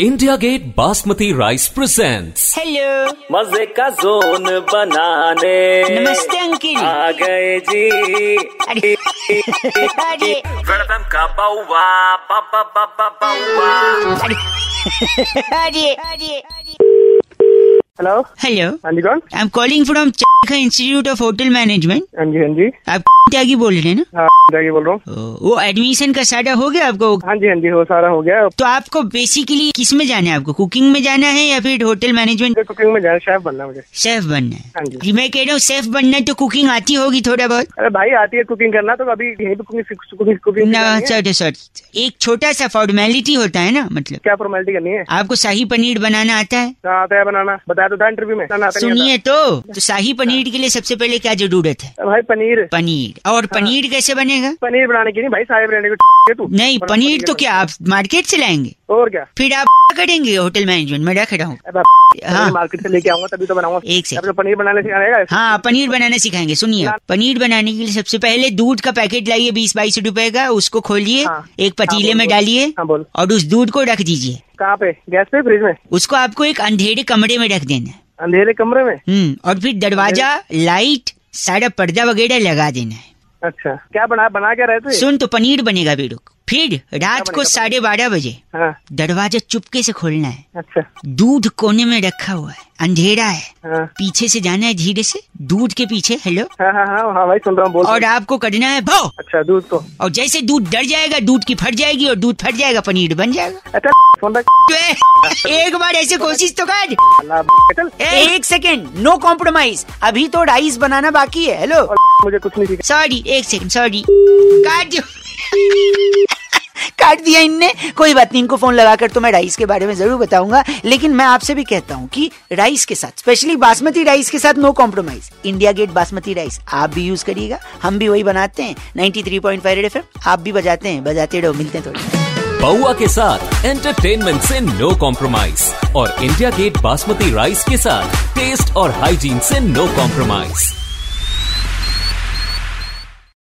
India Gate basmati rice presents hello मजे का zone बनाने नमस्ते अंकिल Ah. आ गए जी अरे अरे वेलकम का बउआ बाबा बाबा बउआ अरे अरे हेलो हेलो हाँ जी कौन आई एम कॉलिंग फ्रॉम का इंस्टीट्यूट ऑफ होटल मैनेजमेंट हाँ जी हाँ जी आप त्यागी बोल रहे हैं ना हाँ जाके बोल रहा हूँ ओ, वो एडमिशन का सारा हो गया आपको हाँ जी हाँ जी वो सारा हो गया अब तो आपको बेसिकली किस में जाना है आपको कुकिंग में जाना है या फिर होटल मैनेजमेंट मुझे कुकिंग में जाना शेफ बनना है मुझे शेफ बनना हाँ है जी। मैं कह रहा हूँ शेफ बनना है तो कुकिंग आती होगी थोड़ा बहुत अरे भाई आती है कुकिंग करना तो अभी यहीं पे कुकिंग कुकिंग कुकिंग ना करनी है। सॉरी सॉरी एक छोटा सा फॉर्मेलिटी होता है ना मतलब क्या फॉर्मेलिटी करनी है आपको शाही पनीर बनाना आता है कहाँ आता है बनाना बताया तो था इंटरव्यू में बनाना आता नहीं सुनिए तो तो शाही पनीर के लिए सबसे पहले क्या जरूरत है आता। भाई पनीर पनीर और हाँ। पनीर कैसे बनेगा पनीर बनाने की नहीं भाई साहेब रहने को तू नहीं बना- पनीर तो बना- क्या आप मार्केट से लाएंगे और क्या फिर आप करेंगे होटल मैनेजमेंट में रख रहा हूँ अब हाँ। मार्केट से लेके आऊंगा तभी तो बनाऊंगा एक सेकंड। अब तो पनीर बनाने से आएगा हाँ पनीर बनाना सिखाएंगे सुनिए हाँ। आप। पनीर बनाने के लिए सबसे पहले दूध का पैकेट लाइए बीस बाईस रुपए का उसको खोलिए हाँ। एक पतीले हाँ, बोल, में बोल। डालिए हाँ, बोल। और उस दूध को रख दीजिए कहाँ पे गैस पे फ्रिज में उसको आपको एक अंधेरे कमरे में रख देना है अंधेरे कमरे में हम्म, और फिर दरवाजा लाइट सारा पर्दा वगैरह लगा देना है अच्छा क्या बना बना क्या रहे थे सुन तो पनीर बनेगा बेडू फिर रात को बनेगा? साढ़े बारह बजे हाँ दरवाजा चुपके से खोलना है अच्छा दूध कोने में रखा हुआ है अंधेरा है हाँ पीछे से जाना है धीरे से दूध के पीछे हेलो हाँ हाँ हाँ हाँ भाई सुन रहा हूँ बोल और आपको करना है भो अच्छा दूध को और जैसे दूध डर जाएगा दूध की फट जाएगी और दूध फट जाएगा पनीर बन जाएगा अच्छा फोन रख तो ए- एक बार ऐसे कोशिश तो कर अल्लाह हाफ- चल ए, एक सेकेंड नो कॉम्प्रोमाइज अभी तो राइस बनाना बाकी है हेलो और मुझे कुछ नहीं सीखा सॉरी एक सेकंड सॉरी काट दियो काट दिया इनने कोई बात नहीं इनको फोन लगाकर तो मैं राइस के बारे में जरूर बताऊंगा लेकिन मैं आपसे भी कहता हूँ कि राइस के साथ स्पेशली बासमती राइस के साथ no compromise India Gate basmati rice आप भी यूज करिएगा हम भी वही बनाते हैं 93.5 थ्री पॉइंट फाइव आप भी बजाते हैं बजाते रहो मिलते हैं थोड़ी बउआ के साथ एंटरटेनमेंट से नो कॉम्प्रोमाइज और इंडिया गेट बासमती राइस के साथ टेस्ट और हाइजीन से नो कॉम्प्रोमाइज